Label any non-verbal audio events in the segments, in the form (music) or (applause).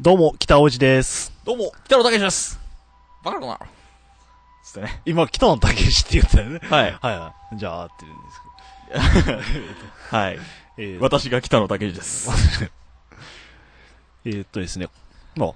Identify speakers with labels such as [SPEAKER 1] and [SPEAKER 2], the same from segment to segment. [SPEAKER 1] どうも、北尾路です。
[SPEAKER 2] どうも、北野武です。バカだな。つってね。
[SPEAKER 1] 今、北野武史って言ったよね。
[SPEAKER 2] はい。
[SPEAKER 1] はいはい。じゃあ、合ってるんです
[SPEAKER 2] はい。
[SPEAKER 1] けど。えー、
[SPEAKER 2] 私が北野武です。
[SPEAKER 1] えーっとですね。まあ、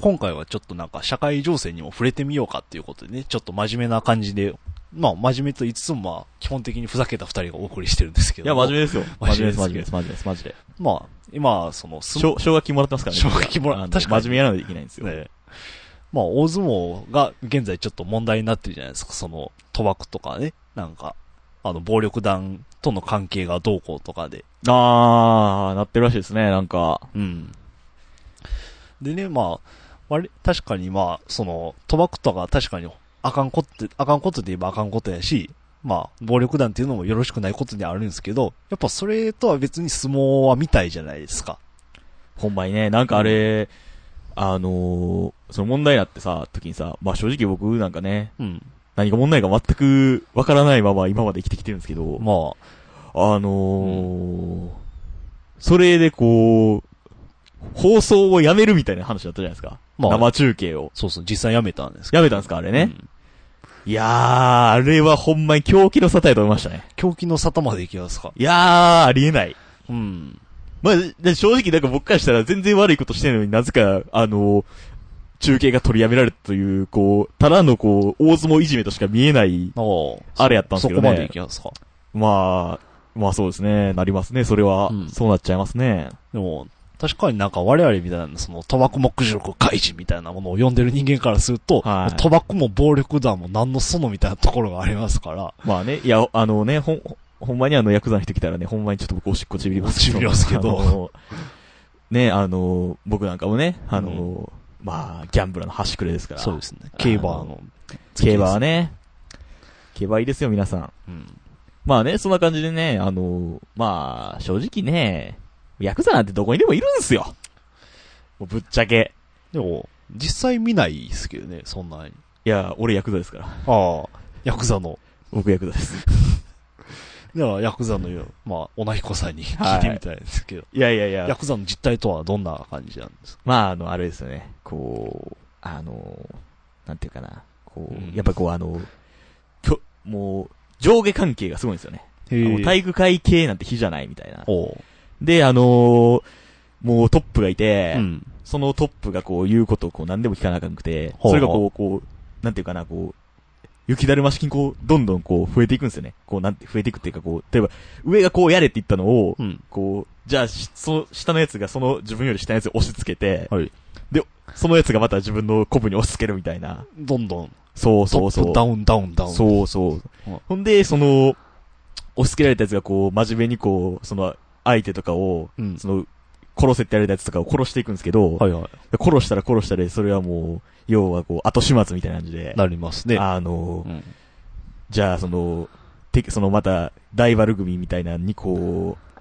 [SPEAKER 1] 今回はちょっとなんか社会情勢にも触れてみようかっていうことでね、ちょっと真面目な感じで、まあ、真面目と言いつつもまあ、基本的にふざけた二人がお送りしてるんですけ
[SPEAKER 2] い
[SPEAKER 1] ど。
[SPEAKER 2] や、真面目ですよ。
[SPEAKER 1] 真面目です
[SPEAKER 2] 真面目です、真面目です、マジで。
[SPEAKER 1] 目。まあ、今、その、す
[SPEAKER 2] 奨奨学金もらってますからね。
[SPEAKER 1] 奨学金もら
[SPEAKER 2] あの
[SPEAKER 1] 確かに
[SPEAKER 2] 真面目なのでいけないんですよ。
[SPEAKER 1] ね。まあ、大相撲が現在ちょっと問題になってるじゃないですか。その、賭博とかね。なんか、あの、暴力団との関係がどうこうとかで。
[SPEAKER 2] あー、なってるらしいですね、なんか。
[SPEAKER 1] うん。でね、まあ、割、確かにまあ、その、賭博とか確かに、あかんことって、あかんことで言えばあかんことやし、まあ、暴力団っていうのもよろしくないことにはあるんですけど、やっぱそれとは別に相撲は見たいじゃないですか。
[SPEAKER 2] ほんまにね、なんかあれ、あのー、その問題になってさ、時にさ、まあ正直僕なんかね、
[SPEAKER 1] うん。
[SPEAKER 2] 何が問題か全くわからないまま今まで生きてきてるんですけど、
[SPEAKER 1] まあ、
[SPEAKER 2] あのー、それでこう、放送をやめるみたいな話だったじゃないですか。
[SPEAKER 1] まあ
[SPEAKER 2] 生中継を。
[SPEAKER 1] そうそう、実際やめたんですけ
[SPEAKER 2] やめたんですかあれ
[SPEAKER 1] ど
[SPEAKER 2] ね
[SPEAKER 1] う。ん
[SPEAKER 2] いやー、あれはほんまに狂気の沙汰やと思いましたね。
[SPEAKER 1] 狂気の沙汰まで行きますか。
[SPEAKER 2] いやー、ありえない。
[SPEAKER 1] うん。
[SPEAKER 2] まあ、で正直なんか僕からしたら全然悪いことしてるのになぜか、あのー中継が取りやめられたという、こう、ただのこう、大相撲いじめとしか見えない、
[SPEAKER 1] おう
[SPEAKER 2] あれやったんです
[SPEAKER 1] そ
[SPEAKER 2] け
[SPEAKER 1] こ
[SPEAKER 2] ど
[SPEAKER 1] まで
[SPEAKER 2] ね
[SPEAKER 1] 行。きますか。
[SPEAKER 2] まあ、まあそうですね。なりますね。それは、
[SPEAKER 1] うん
[SPEAKER 2] そうなっちゃいますね。
[SPEAKER 1] でも、確かになんか我々みたいな、その、賭博目力開示みたいなものを読んでる人間からすると、
[SPEAKER 2] はい
[SPEAKER 1] 賭博も暴力団も何のそのみたいなところがありますから、
[SPEAKER 2] まあね、いや、あのね、ほん、ほんまにあの、ヤクザの人来たらね、ほんまにちょっと僕おしっこちびりますけど。
[SPEAKER 1] ちびりますけど
[SPEAKER 2] あの。ね、あの、僕なんかもね、あの、まあ、ギャンブラーの端くれですから。
[SPEAKER 1] そうですね。競馬の。
[SPEAKER 2] 競馬はね、競馬いいですよ、皆さん。
[SPEAKER 1] うん。
[SPEAKER 2] まあね、そんな感じでね、あの、まあ、正直ね、ヤクザなんてどこにでもいるんすよ。もうぶっちゃけ。
[SPEAKER 1] でも、実際見ないですけどね、そんなに。
[SPEAKER 2] いや、俺ヤクザですから。
[SPEAKER 1] ああ、ヤクザの。
[SPEAKER 2] 僕ヤクザです。
[SPEAKER 1] では、ヤクザの、まあ、おなひこさんに聞いてみたいですけど、
[SPEAKER 2] いやいやいや
[SPEAKER 1] ヤクザの実態とはどんな感じなんですか
[SPEAKER 2] まあ、あの、あれですよね。こう、あの、なんていうかな。こう、
[SPEAKER 1] うん
[SPEAKER 2] やっぱこう、あの、きょもう、上下関係がすごいんですよね。もう
[SPEAKER 1] 体
[SPEAKER 2] 体育会系なんて非じゃないみたいな。
[SPEAKER 1] おう。
[SPEAKER 2] で、あのーもうトップがいて、
[SPEAKER 1] うん。
[SPEAKER 2] そのトップがこう言うことをこう何でも聞かなあかんくて、
[SPEAKER 1] ほうほう
[SPEAKER 2] それがこう、こう、なんていうかな、こう、雪だるま式にこう、どんどんこう増えていくんですよね。こうなんて、増えていくっていうかこう、例えば、上がこうやれって言ったのを、
[SPEAKER 1] うん。
[SPEAKER 2] こう、じゃあ、しその下のやつがその自分より下のやつを押し付けて、
[SPEAKER 1] はい。
[SPEAKER 2] そのやつがまた自分のコブに押し付けるみたいな。
[SPEAKER 1] どんどん、
[SPEAKER 2] そう
[SPEAKER 1] ト
[SPEAKER 2] そう
[SPEAKER 1] ッ
[SPEAKER 2] そ
[SPEAKER 1] プ
[SPEAKER 2] う。
[SPEAKER 1] ダウンダウンダウン。
[SPEAKER 2] そうそ
[SPEAKER 1] う
[SPEAKER 2] う
[SPEAKER 1] ん。
[SPEAKER 2] ほんで、その、押し付けられたやつがこう、真面目にこう、その、相手とかを、
[SPEAKER 1] うん。
[SPEAKER 2] その、殺せってやられたやつとかを殺していくんですけど、
[SPEAKER 1] はいは
[SPEAKER 2] 殺したら殺したで、それはもう、要はこう、後始末みたいな感じで
[SPEAKER 1] い。、なりますね。
[SPEAKER 2] あの
[SPEAKER 1] う、ん。
[SPEAKER 2] じゃあその、て、そのまた、ライバル組みたいなのにこう、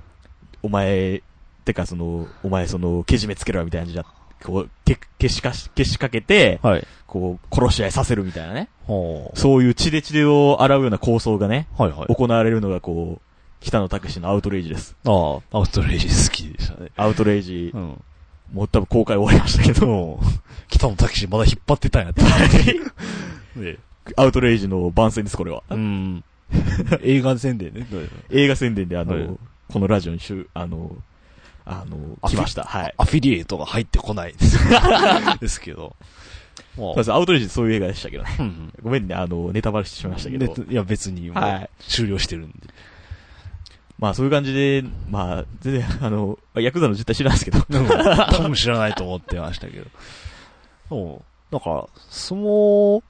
[SPEAKER 2] お前、てかその、お前その、けじめつけろよみたいな感じで、こう、け、けしかし、けしかけて、
[SPEAKER 1] はい。
[SPEAKER 2] こう、殺し合いさせるみたいなね。
[SPEAKER 1] ほ
[SPEAKER 2] そういう血で血でを洗うような構想がね、
[SPEAKER 1] う。はいはい。
[SPEAKER 2] 行われるのがこう、北野武のアウトレイジです。
[SPEAKER 1] ああ、アウトレイジ好きでしたね。
[SPEAKER 2] アウトレイジ、
[SPEAKER 1] ん。
[SPEAKER 2] もう多分公開終わりましたけ
[SPEAKER 1] う
[SPEAKER 2] ど、
[SPEAKER 1] ん。北野武まだ引っ張ってたんやって。 (laughs) ね
[SPEAKER 2] アウトレイジの番宣です、これは。
[SPEAKER 1] うん。 (laughs) 映画宣 (laughs) 伝ね。
[SPEAKER 2] 映画宣伝であの、
[SPEAKER 1] はい
[SPEAKER 2] このラジオにしゅ、あの、あの、
[SPEAKER 1] あ
[SPEAKER 2] 来ました。はい。
[SPEAKER 1] アフィリエイトが入ってこないですですけど。ま
[SPEAKER 2] そうです、アウトレイジそういう映画でしたけ (laughs) どね。
[SPEAKER 1] うん
[SPEAKER 2] ごめんね、あの、ネタバレしてしまいましたけど。
[SPEAKER 1] ねいや、別にも
[SPEAKER 2] は
[SPEAKER 1] う
[SPEAKER 2] い
[SPEAKER 1] 終了してるんで。
[SPEAKER 2] まあそういう感じで、まあ、全然、あの、ヤクザの実態知らないですけど。
[SPEAKER 1] うん多分知らないと思ってましたけど。そう。だから、相撲、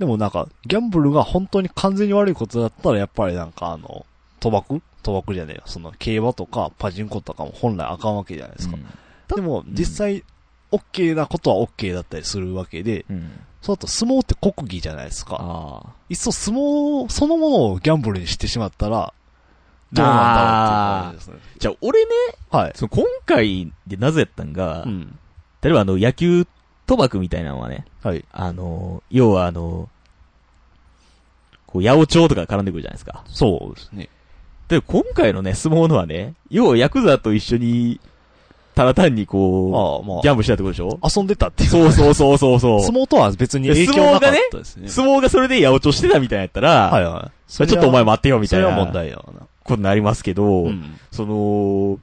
[SPEAKER 1] でもなんか、ギャンブルが本当に完全に悪いことだったら、やっぱりなんかあの、賭博賭博じゃねえよ。その、競馬とかパチンコとかも本来あかんわけじゃないですか。でも、
[SPEAKER 2] ん
[SPEAKER 1] 実際、オッケーなことはオッケーだったりするわけで、
[SPEAKER 2] うん。うん
[SPEAKER 1] そうだと相撲って国技じゃないですか。
[SPEAKER 2] ああ。
[SPEAKER 1] いっそ相撲そのものをギャンブルにしてしまったら、どうなんだろうっていう感じですね。
[SPEAKER 2] じゃあ俺ね、
[SPEAKER 1] はい。
[SPEAKER 2] その今回でなぜやったんが、
[SPEAKER 1] うん。
[SPEAKER 2] 例えばあの、野球賭博みたいなのはね、
[SPEAKER 1] はい。
[SPEAKER 2] あの、要はあの、こう、八百長とか絡んでくるじゃないですか。
[SPEAKER 1] そうですね。
[SPEAKER 2] で、今回のね、相撲のはね、要はヤクザと一緒に、ただ単にこ
[SPEAKER 1] まあま
[SPEAKER 2] う、ギャンブルしたってことでしょ
[SPEAKER 1] あ、遊んでたっていう。
[SPEAKER 2] そうそうそうそう (laughs) そう。
[SPEAKER 1] 相撲とは別に影響なかったですね。
[SPEAKER 2] 相撲がそれで八百長してたみたいやったら、
[SPEAKER 1] はいはい。
[SPEAKER 2] それちょっとお前待ってよみ
[SPEAKER 1] そ
[SPEAKER 2] たい
[SPEAKER 1] れ
[SPEAKER 2] な
[SPEAKER 1] は問題やわな。
[SPEAKER 2] ことになりますけど、
[SPEAKER 1] うん。
[SPEAKER 2] その、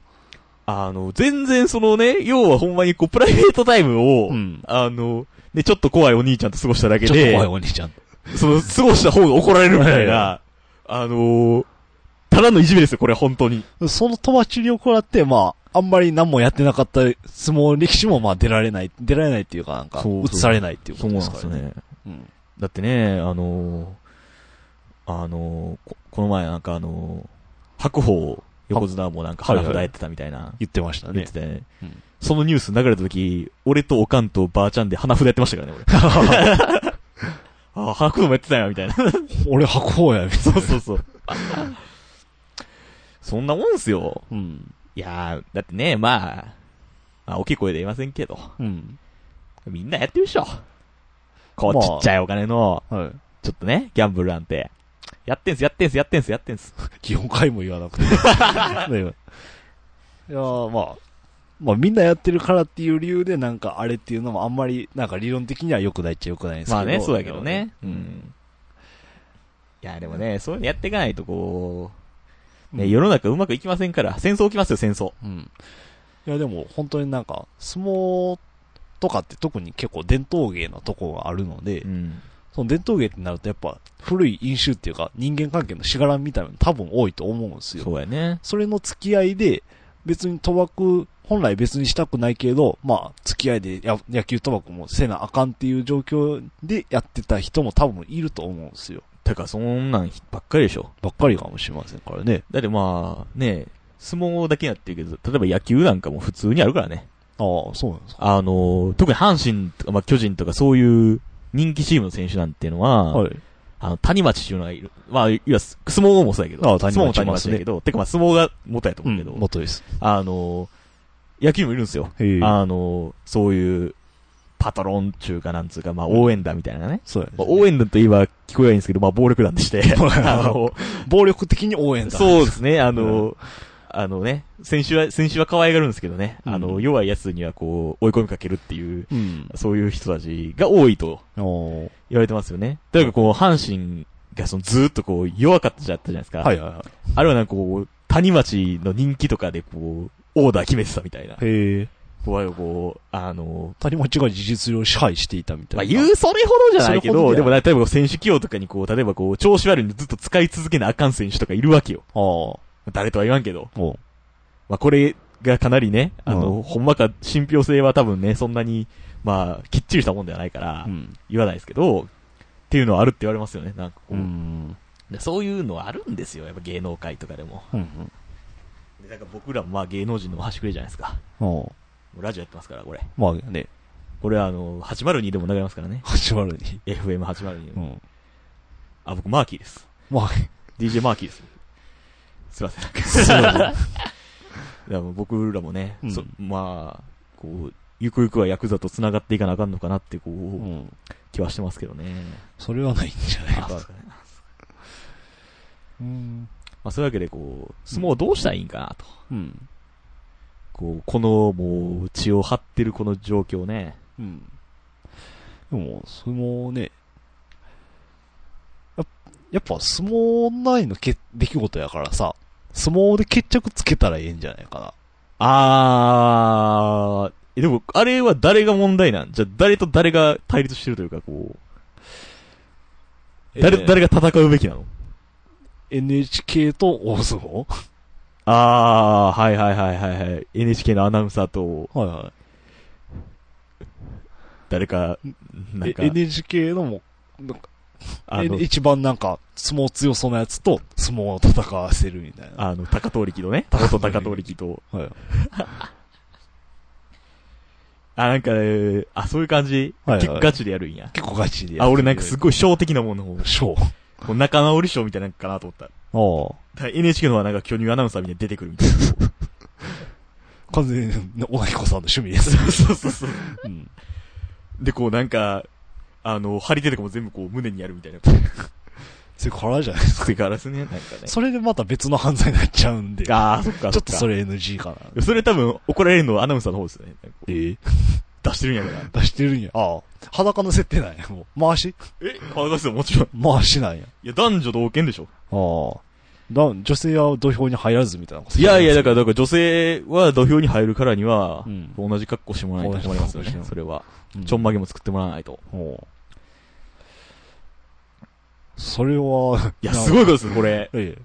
[SPEAKER 2] あの、全然そのね、要はほんまにこう、プライベートタイムを、
[SPEAKER 1] うん
[SPEAKER 2] あの、ね、ちょっと怖いお兄ちゃんと過ごしただけ
[SPEAKER 1] ちょっと
[SPEAKER 2] で
[SPEAKER 1] 怖い、お兄ちゃん。
[SPEAKER 2] その、過ごした方が怒られるみたい
[SPEAKER 1] は
[SPEAKER 2] な、あの、ただのいじめですよ、これ本当に。
[SPEAKER 1] その友達に怒らって、まあ、あんまり何もやってなかった相撲歴史も、まあ、出られない、出られないっていうか、なんか、
[SPEAKER 2] そうそ
[SPEAKER 1] 映
[SPEAKER 2] う
[SPEAKER 1] されないっていうことですからね。
[SPEAKER 2] ね。
[SPEAKER 1] うん
[SPEAKER 2] だってね、あのーあのーこ、この前なんかあのー白鵬、横綱もなんか
[SPEAKER 1] はい
[SPEAKER 2] 腹
[SPEAKER 1] はい
[SPEAKER 2] 札やってたみたいな、
[SPEAKER 1] 言ってました
[SPEAKER 2] 言っ
[SPEAKER 1] ね
[SPEAKER 2] て。たよね
[SPEAKER 1] うん。
[SPEAKER 2] そのニュース流れた時、俺とおかんとばあちゃんで花札やってましたからね、 (laughs) 俺。ああ、白鵬もやってたんや、みたいな。
[SPEAKER 1] 俺白鵬や、みたい
[SPEAKER 2] そうそうそう。 (laughs) そんなもんすよ。
[SPEAKER 1] な。うん。
[SPEAKER 2] いやー、だってね、まあ、まあ、大きい声で言いませんけど、
[SPEAKER 1] うん。
[SPEAKER 2] みんなやってるでしょ。こう、
[SPEAKER 1] まあ
[SPEAKER 2] ちっちゃいお金の、
[SPEAKER 1] はい。
[SPEAKER 2] ちょっとね、ギャンブルなんて。やってんす、やってんす、やってんす、やってんす。
[SPEAKER 1] 基本回も言わなく
[SPEAKER 2] (laughs)
[SPEAKER 1] て。ねいやーまあ、まあみんなやってるからっていう理由でなんかあれっていうのもあんまりなんか理論的には良くないっちゃ良くないんですけど。
[SPEAKER 2] まあね、そうだけどね。う
[SPEAKER 1] うん
[SPEAKER 2] ん。いや、でもね、そういうのやっていかないとこう、
[SPEAKER 1] う
[SPEAKER 2] ね、
[SPEAKER 1] ん
[SPEAKER 2] 世の中うまくいきませんから、戦争起きますよ、戦争。
[SPEAKER 1] うん。いやでも本当になんか相撲とかって特に結構伝統芸のとこがあるので、
[SPEAKER 2] ん。
[SPEAKER 1] その伝統芸ってなるとやっぱ古い飲酒っていうか人間関係のしがらみみたいなの多分多いと思うんですよ。
[SPEAKER 2] そうやね。
[SPEAKER 1] それの付き合いで、別に賭博、本来別にしたくないけど、まあ、付き合いでや野球賭博もせなあかんっていう状況でやってた人も多分いると思うんですよ。
[SPEAKER 2] てか、そんなんばっかりでしょ。
[SPEAKER 1] ばっかりかもしれませんからね。
[SPEAKER 2] だってまあ、ね、相撲だけやってるけど、例えば野球なんかも普通にあるからね。
[SPEAKER 1] ああ、そうなんですか。
[SPEAKER 2] あの、特に阪神とか、まあ巨人とかそういう人気チームの選手なんていうのは、
[SPEAKER 1] はい。あ
[SPEAKER 2] あの、谷町っていうのがいる。まあ、いわ相撲もそうやけど。
[SPEAKER 1] ああ谷町
[SPEAKER 2] 相撲も谷町やけど。てかまあ、相撲が元やと
[SPEAKER 1] う
[SPEAKER 2] 思うけ
[SPEAKER 1] ん
[SPEAKER 2] ど。、
[SPEAKER 1] 元です。
[SPEAKER 2] あの、野球もいるんですよ。
[SPEAKER 1] へえ。
[SPEAKER 2] あの、そういう、パトロン中かなんつうか、まあ、応援団みたいなね。
[SPEAKER 1] そうやね
[SPEAKER 2] まあ、応援団といえば聞こえないいんですけど、まあ、暴力団
[SPEAKER 1] (laughs)
[SPEAKER 2] でして。あの、
[SPEAKER 1] 暴力的に応援だ。
[SPEAKER 2] そうですね、あの、あのね、先週は、先週は可愛がるんですけどね。あ
[SPEAKER 1] う
[SPEAKER 2] の、
[SPEAKER 1] ん
[SPEAKER 2] 弱い奴にはこう、追い込みかけるっていう、
[SPEAKER 1] うん。
[SPEAKER 2] そういう人たちが多いと
[SPEAKER 1] おー
[SPEAKER 2] 言われてますよね。というか、こう、阪神がそのずーっとこう、弱かったじゃったじゃないですか。
[SPEAKER 1] はいはいは
[SPEAKER 2] あれはなんかこう、谷町の人気とかでこう、オーダー決めてたみたいな。
[SPEAKER 1] い。へえ。
[SPEAKER 2] こう、こう、あの、
[SPEAKER 1] 谷町が事実上支配していたみたい
[SPEAKER 2] まあ、
[SPEAKER 1] な。
[SPEAKER 2] 言うそれほどじゃないけ
[SPEAKER 1] それほど
[SPEAKER 2] ど、で
[SPEAKER 1] で
[SPEAKER 2] も
[SPEAKER 1] は
[SPEAKER 2] 例えばこう選手起用とかにこう、例えばこう、調子悪いんでずっと使い続けなあかん選手とかいるわけよ。
[SPEAKER 1] ああ。お
[SPEAKER 2] 誰とは言わんけど。
[SPEAKER 1] う
[SPEAKER 2] まあ、これがかなりね、あの、
[SPEAKER 1] う
[SPEAKER 2] ほんまか、信憑性は多分ね、そんなに、まあ、きっちりしたもんではないから
[SPEAKER 1] う、ん。
[SPEAKER 2] 言わないですけど、っていうのはあるって言われますよね、なんか
[SPEAKER 1] う
[SPEAKER 2] こう。
[SPEAKER 1] ん。
[SPEAKER 2] でそういうのはあるんですよ、やっぱ芸能界とかでも。
[SPEAKER 1] うん。
[SPEAKER 2] でなんか僕らもまあ芸能人の端くれじゃないですか。
[SPEAKER 1] おう
[SPEAKER 2] もうラジオやってますから、これ。
[SPEAKER 1] まあね、 (laughs)
[SPEAKER 2] これはあの、802でも流れますからね。
[SPEAKER 1] 始まるに。
[SPEAKER 2] FM802 で
[SPEAKER 1] う
[SPEAKER 2] も。
[SPEAKER 1] ん。
[SPEAKER 2] あ、僕、マーキーです。
[SPEAKER 1] まあ、
[SPEAKER 2] DJ マーキーです。すいません。
[SPEAKER 1] そうだね
[SPEAKER 2] (laughs) いやもう僕らもね、
[SPEAKER 1] うん
[SPEAKER 2] そまあ、こう、ゆくゆくはヤクザと繋がっていかなあかんのかなって、こう、
[SPEAKER 1] うん。
[SPEAKER 2] 気はしてますけどね。
[SPEAKER 1] それはないんじゃない
[SPEAKER 2] あ
[SPEAKER 1] か
[SPEAKER 2] そう
[SPEAKER 1] な
[SPEAKER 2] ですかねま
[SPEAKER 1] うん。
[SPEAKER 2] あ、そういうわけで、こう、相撲をどうしたらいいんかなと。
[SPEAKER 1] うん。
[SPEAKER 2] こう、この、もう、血を張ってるこの状況ね。
[SPEAKER 1] うん。でも、相撲ね、やっやっぱ相撲内のけ出来事やからさ、相撲で決着つけたらええんじゃないかな。
[SPEAKER 2] あー、えでも、あれは誰が問題なんじゃあ、誰と誰が対立してるというか、こう、誰と
[SPEAKER 1] えー
[SPEAKER 2] 誰が戦うべきなの
[SPEAKER 1] NHK と大相撲
[SPEAKER 2] あー、はいはいはいはいはい。NHK のアナウンサーと、
[SPEAKER 1] はいは。
[SPEAKER 2] 誰か、ないん
[SPEAKER 1] え
[SPEAKER 2] か、
[SPEAKER 1] NHK のも、なんか、
[SPEAKER 2] あの
[SPEAKER 1] N- 一番なんか、相撲強そうなやつと相撲を戦わせるみたいな。
[SPEAKER 2] あの、高遠力のね、元高遠力と。
[SPEAKER 1] はい。
[SPEAKER 2] あ、なんか、えーあ、そういう感じ、
[SPEAKER 1] はいはい
[SPEAKER 2] 結構ガチでやるんや。
[SPEAKER 1] 結構ガチでやる。
[SPEAKER 2] あ、俺なんかすっごい小的なものを、
[SPEAKER 1] ショ
[SPEAKER 2] こう仲直り賞みたいなのかなと思った。だ
[SPEAKER 1] ー。ああ。
[SPEAKER 2] から NHK のはなんか巨乳アナウンサーみたいに出てくるみたいな。
[SPEAKER 1] 完全に、小田彦さんの趣味です。
[SPEAKER 2] (laughs) そうそうそう。
[SPEAKER 1] うん。
[SPEAKER 2] で、こうなんか、あの、張り手とかも全部こう胸にやるみたいな。
[SPEAKER 1] セクハラじゃないですか。
[SPEAKER 2] セクハラですね、なんかね。
[SPEAKER 1] (laughs) それでまた別の犯罪になっちゃうんで。ちょ
[SPEAKER 2] ああ、そっか、
[SPEAKER 1] っとそ
[SPEAKER 2] れ。
[SPEAKER 1] れ NG かな。
[SPEAKER 2] それ多分怒られるのはアナウンサーの方ですよね。
[SPEAKER 1] ええ
[SPEAKER 2] 出してるんや (laughs) から。
[SPEAKER 1] 出してるんや。ああ。裸の設定なんや。もう回し
[SPEAKER 2] え顔出すよ、もちろん。
[SPEAKER 1] 回しなんや。
[SPEAKER 2] いや、男女同権でしょ。
[SPEAKER 1] ああ。だ女性は土俵に入らずみたいなこと。
[SPEAKER 2] いやいや、だから、だから女性は土俵に入るからには
[SPEAKER 1] う、ん。
[SPEAKER 2] 同じ格好してもらわないと困りますよ
[SPEAKER 1] 同じ格
[SPEAKER 2] ね
[SPEAKER 1] 好。して
[SPEAKER 2] それは。
[SPEAKER 1] うん
[SPEAKER 2] ちょんまげも作ってもらわないと。
[SPEAKER 1] もう。それは、 (laughs)
[SPEAKER 2] いや、
[SPEAKER 1] なんか
[SPEAKER 2] すごいことです、これ。
[SPEAKER 1] ええ。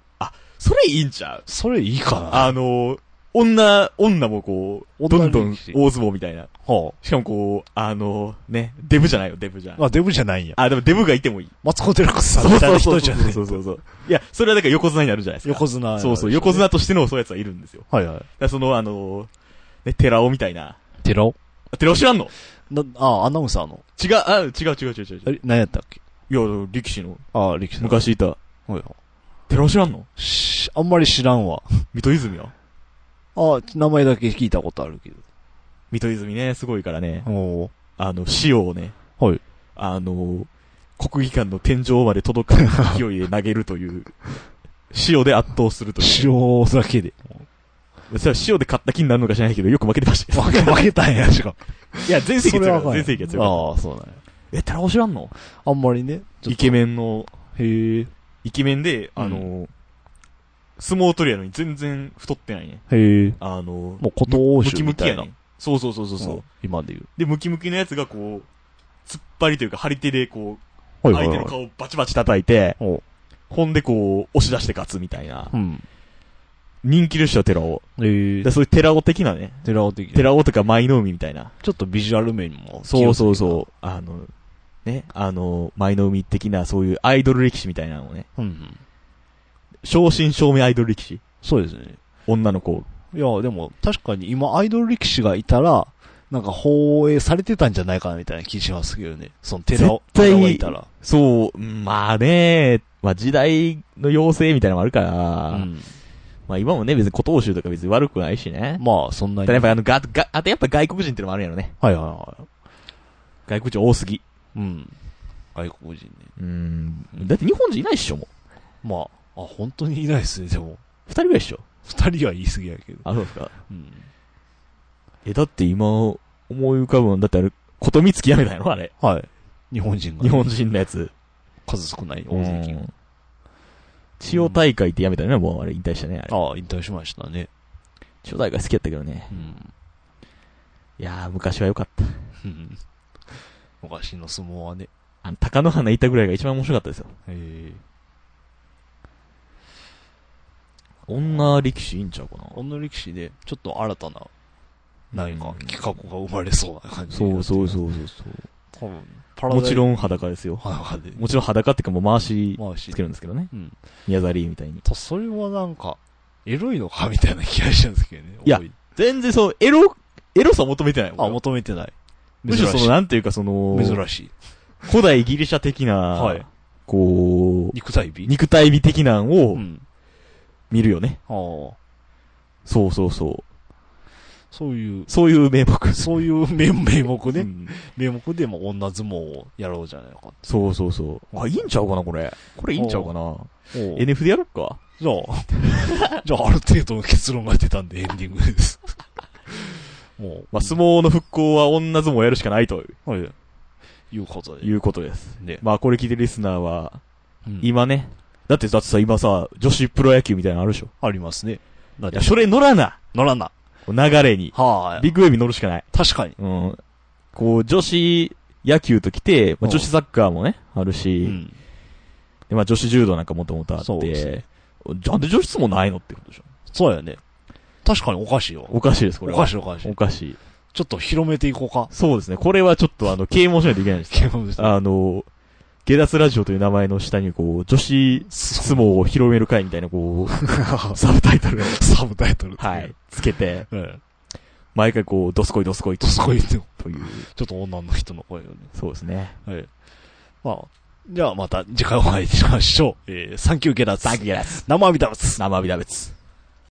[SPEAKER 2] それいいんちゃう
[SPEAKER 1] それいいかな。
[SPEAKER 2] あの、女、女もこう、ど
[SPEAKER 1] 女
[SPEAKER 2] んど
[SPEAKER 1] 力
[SPEAKER 2] ん
[SPEAKER 1] 士
[SPEAKER 2] 大相撲みたいな。
[SPEAKER 1] は
[SPEAKER 2] しかもこう、あの、ね、デブじゃないよ、デブじゃん
[SPEAKER 1] あ。。あ、デブじゃないんや。
[SPEAKER 2] あ、でもデブがいてもいい。
[SPEAKER 1] マツコデラックスさんみたいな人じゃない。
[SPEAKER 2] そうそうそうそう。いや、それはだから横綱になるじゃないですか。
[SPEAKER 1] 横綱。
[SPEAKER 2] そうそう、横。綱としてのそういうやつはいるんですよ。だか
[SPEAKER 1] はいはい。
[SPEAKER 2] らその、あの、ね、寺尾みたいな。
[SPEAKER 1] 寺尾
[SPEAKER 2] あ寺尾知らんの
[SPEAKER 1] な、あ、アナウンサーの。
[SPEAKER 2] 違う、あ、違う違う違う違う違う。
[SPEAKER 1] え、何やったっけ
[SPEAKER 2] いや、力士の。
[SPEAKER 1] ああ、力士。。
[SPEAKER 2] 昔いた。
[SPEAKER 1] はいは
[SPEAKER 2] 寺尾知らんの
[SPEAKER 1] い。しあんまり知らんわ。
[SPEAKER 2] 水戸泉は
[SPEAKER 1] ああ、名前だけ聞いたことあるけど。
[SPEAKER 2] 水戸泉ね、すごいからね。
[SPEAKER 1] お
[SPEAKER 2] あの、塩をね。
[SPEAKER 1] はい。
[SPEAKER 2] あの、国技館の天井まで届 (laughs) かない勢いで投げるという。塩で圧倒するという。
[SPEAKER 1] お。塩だけで。
[SPEAKER 2] それは塩で勝った気になるのか知らないけど、よく負けてましたよ
[SPEAKER 1] 負け、負けたんや、しかも。
[SPEAKER 2] いや、全盛期
[SPEAKER 1] それ
[SPEAKER 2] 強。
[SPEAKER 1] はい
[SPEAKER 2] 全盛期は強い。
[SPEAKER 1] ああ、そうなんや。
[SPEAKER 2] え、寺尾知らんの
[SPEAKER 1] あんまりね。
[SPEAKER 2] イケ
[SPEAKER 1] メ
[SPEAKER 2] メンの、
[SPEAKER 1] ン。へえ。
[SPEAKER 2] イケメンで、
[SPEAKER 1] うん
[SPEAKER 2] あの、相撲取りやのに全然太ってないね。
[SPEAKER 1] へえ。
[SPEAKER 2] あの、
[SPEAKER 1] もう、古東欧
[SPEAKER 2] ム
[SPEAKER 1] 州
[SPEAKER 2] キム
[SPEAKER 1] み
[SPEAKER 2] キ
[SPEAKER 1] たい
[SPEAKER 2] や
[SPEAKER 1] な。
[SPEAKER 2] ね。そうそうそうそう。
[SPEAKER 1] そうう。今で言う。
[SPEAKER 2] で、ムキムキのやつがこう、突っ張りというか張り手でこう、
[SPEAKER 1] は
[SPEAKER 2] 相手の顔をバチバチ叩いて、
[SPEAKER 1] お
[SPEAKER 2] ほんでこう、押し出して勝つみたいな
[SPEAKER 1] う。ん。
[SPEAKER 2] 人気でしたよ、寺尾。
[SPEAKER 1] へえ
[SPEAKER 2] で、。そういう寺尾的なね。
[SPEAKER 1] 寺尾的な。
[SPEAKER 2] 寺尾とか舞の海みたいな。
[SPEAKER 1] ちょっとビジュアル面にも。
[SPEAKER 2] そうそうそう。あの、ね、あの、舞の海的な、そういうアイドル歴史みたいなのをね。
[SPEAKER 1] う。うんうん。
[SPEAKER 2] 正真正銘アイドル歴史。
[SPEAKER 1] そうですね。
[SPEAKER 2] 女の子。
[SPEAKER 1] いや、でも、確かに今、アイドル力士がいたら、なんか放映されてたんじゃないかなみたいな気しますけどね。その寺尾、
[SPEAKER 2] 絶対
[SPEAKER 1] 寺尾がいたら。
[SPEAKER 2] そう、まあね、まあ時代の要請みたいなのもあるから、
[SPEAKER 1] うん。
[SPEAKER 2] まあ今もね、別に古東州とか別に悪くないしね。
[SPEAKER 1] まあ、そんな
[SPEAKER 2] た
[SPEAKER 1] に。
[SPEAKER 2] だ
[SPEAKER 1] は
[SPEAKER 2] やっ
[SPEAKER 1] い
[SPEAKER 2] ぱあの、が、が、あとやっぱ外国人ってのもあるんやろね。
[SPEAKER 1] はいは
[SPEAKER 2] 外国人多すぎ。
[SPEAKER 1] い。うん。外国人ね。
[SPEAKER 2] うん。だって日本人いないっしょ、もう。
[SPEAKER 1] まあ、あ、本当にいないですね、でも。
[SPEAKER 2] 二人ぐらいっしょ。
[SPEAKER 1] 二人は言い過ぎやけど。
[SPEAKER 2] あ、そうですか。
[SPEAKER 1] うん。
[SPEAKER 2] え、だって今、思い浮かぶの、だってあれ、ことみつきやめたんやろあれ。
[SPEAKER 1] はい。日本人が。
[SPEAKER 2] 日本人のやつ。
[SPEAKER 1] 数少ない大関
[SPEAKER 2] うん千代大会ってやめたよね、もうあれ引退したね、あれ。
[SPEAKER 1] ああ、引退しましたね。
[SPEAKER 2] 千代大会好きやったけどね
[SPEAKER 1] う。ん。
[SPEAKER 2] いやー、昔は良かった。
[SPEAKER 1] うん昔の相撲はね。
[SPEAKER 2] あの、高野花いたぐらいが一番面白かったですよ。
[SPEAKER 1] ええ。
[SPEAKER 2] 女力士いいんちゃうかな。
[SPEAKER 1] 女力士で、ちょっと新たな、何
[SPEAKER 2] う
[SPEAKER 1] か
[SPEAKER 2] ん
[SPEAKER 1] 企画が生まれそうな感じ。
[SPEAKER 2] そうそう
[SPEAKER 1] う。
[SPEAKER 2] そうそうそ
[SPEAKER 1] 多分、パ
[SPEAKER 2] う。もち
[SPEAKER 1] ん。
[SPEAKER 2] ろん裸ですよ。
[SPEAKER 1] 裸で。
[SPEAKER 2] もちろん裸っていうかもう回し
[SPEAKER 1] まあし
[SPEAKER 2] つけるんですけどね。
[SPEAKER 1] うん。
[SPEAKER 2] 宮沢りえみたいに。
[SPEAKER 1] と、それはなんか、エロいのかみたいな気がしたんですけどね。
[SPEAKER 2] いや
[SPEAKER 1] 多い
[SPEAKER 2] 全然そう、エロ、エロさ求めてないもん。
[SPEAKER 1] あ、求めてない。
[SPEAKER 2] むしろその、
[SPEAKER 1] 珍
[SPEAKER 2] なんていうかその、
[SPEAKER 1] しい。珍しい。
[SPEAKER 2] 古代ギリシャ的な、
[SPEAKER 1] はい
[SPEAKER 2] こう、
[SPEAKER 1] 肉体美
[SPEAKER 2] 肉体美的なん
[SPEAKER 1] う
[SPEAKER 2] を
[SPEAKER 1] ん。
[SPEAKER 2] 見るよね。
[SPEAKER 1] ああ。
[SPEAKER 2] そうそうそう。
[SPEAKER 1] そういう、
[SPEAKER 2] そういう名目。
[SPEAKER 1] そういう名名目
[SPEAKER 2] う
[SPEAKER 1] ね。
[SPEAKER 2] ん
[SPEAKER 1] 名目でも女相撲をやろうじゃないのかって。
[SPEAKER 2] そうそうそう。あ、いいんちゃうかな、これ。これいいんちゃうかな。
[SPEAKER 1] おう
[SPEAKER 2] NF でやろっか。
[SPEAKER 1] じゃあ、じゃああ (laughs) る程度の結論が出たんでエンディングです。 (laughs) もう、
[SPEAKER 2] まあ、相撲の復興は女相撲をやるしかないと
[SPEAKER 1] はい。いうことで。
[SPEAKER 2] いうことです。
[SPEAKER 1] ね。
[SPEAKER 2] まあ、これ聞いてるリスナーは、
[SPEAKER 1] うん
[SPEAKER 2] 今ね。だって、だってさ、今さ、女子プロ野球みたいなのあるでしょ。
[SPEAKER 1] ありますね。だっ
[SPEAKER 2] い
[SPEAKER 1] て
[SPEAKER 2] や、それ乗らな
[SPEAKER 1] 乗らな。
[SPEAKER 2] 流れに。
[SPEAKER 1] は
[SPEAKER 2] ビッグウェーブに乗るしかない。
[SPEAKER 1] い。確かに。
[SPEAKER 2] うん。こう、女子野球ときて、まあ、女子サッカーもね、ある
[SPEAKER 1] う
[SPEAKER 2] し、
[SPEAKER 1] ん。
[SPEAKER 2] でまあ、女子柔道なんかもともとあっ
[SPEAKER 1] そうですね
[SPEAKER 2] て、なんで女子相撲ないのってことでしょ。
[SPEAKER 1] そうやね。確かにおかしいよ。
[SPEAKER 2] おかしいです、こ
[SPEAKER 1] お
[SPEAKER 2] れは。
[SPEAKER 1] かしいおかしい
[SPEAKER 2] お。かしい。
[SPEAKER 1] ちょっと広めていこう
[SPEAKER 2] (laughs)
[SPEAKER 1] か。
[SPEAKER 2] そうですね。これはちょっと、あの、啓蒙しないといけないです。あの、下脱ラジオという名前の下に、こう、女子
[SPEAKER 1] サ
[SPEAKER 2] 相撲を広める会みたいな、
[SPEAKER 1] (laughs)
[SPEAKER 2] こう、サブタイトルを、
[SPEAKER 1] ブタイトル。
[SPEAKER 2] はい。、つけて、
[SPEAKER 1] うん。
[SPEAKER 2] 毎回こう、どすこいどすこい
[SPEAKER 1] とすごいでも
[SPEAKER 2] という、
[SPEAKER 1] ちょっと女の人の声をね。
[SPEAKER 2] そうですね。
[SPEAKER 1] はい。まあ、じゃあまた次回お会いしましょう。えー、サンキューゲラッツ。
[SPEAKER 2] ギラス。
[SPEAKER 1] 生アビダブツ。
[SPEAKER 2] 生ビダブツ。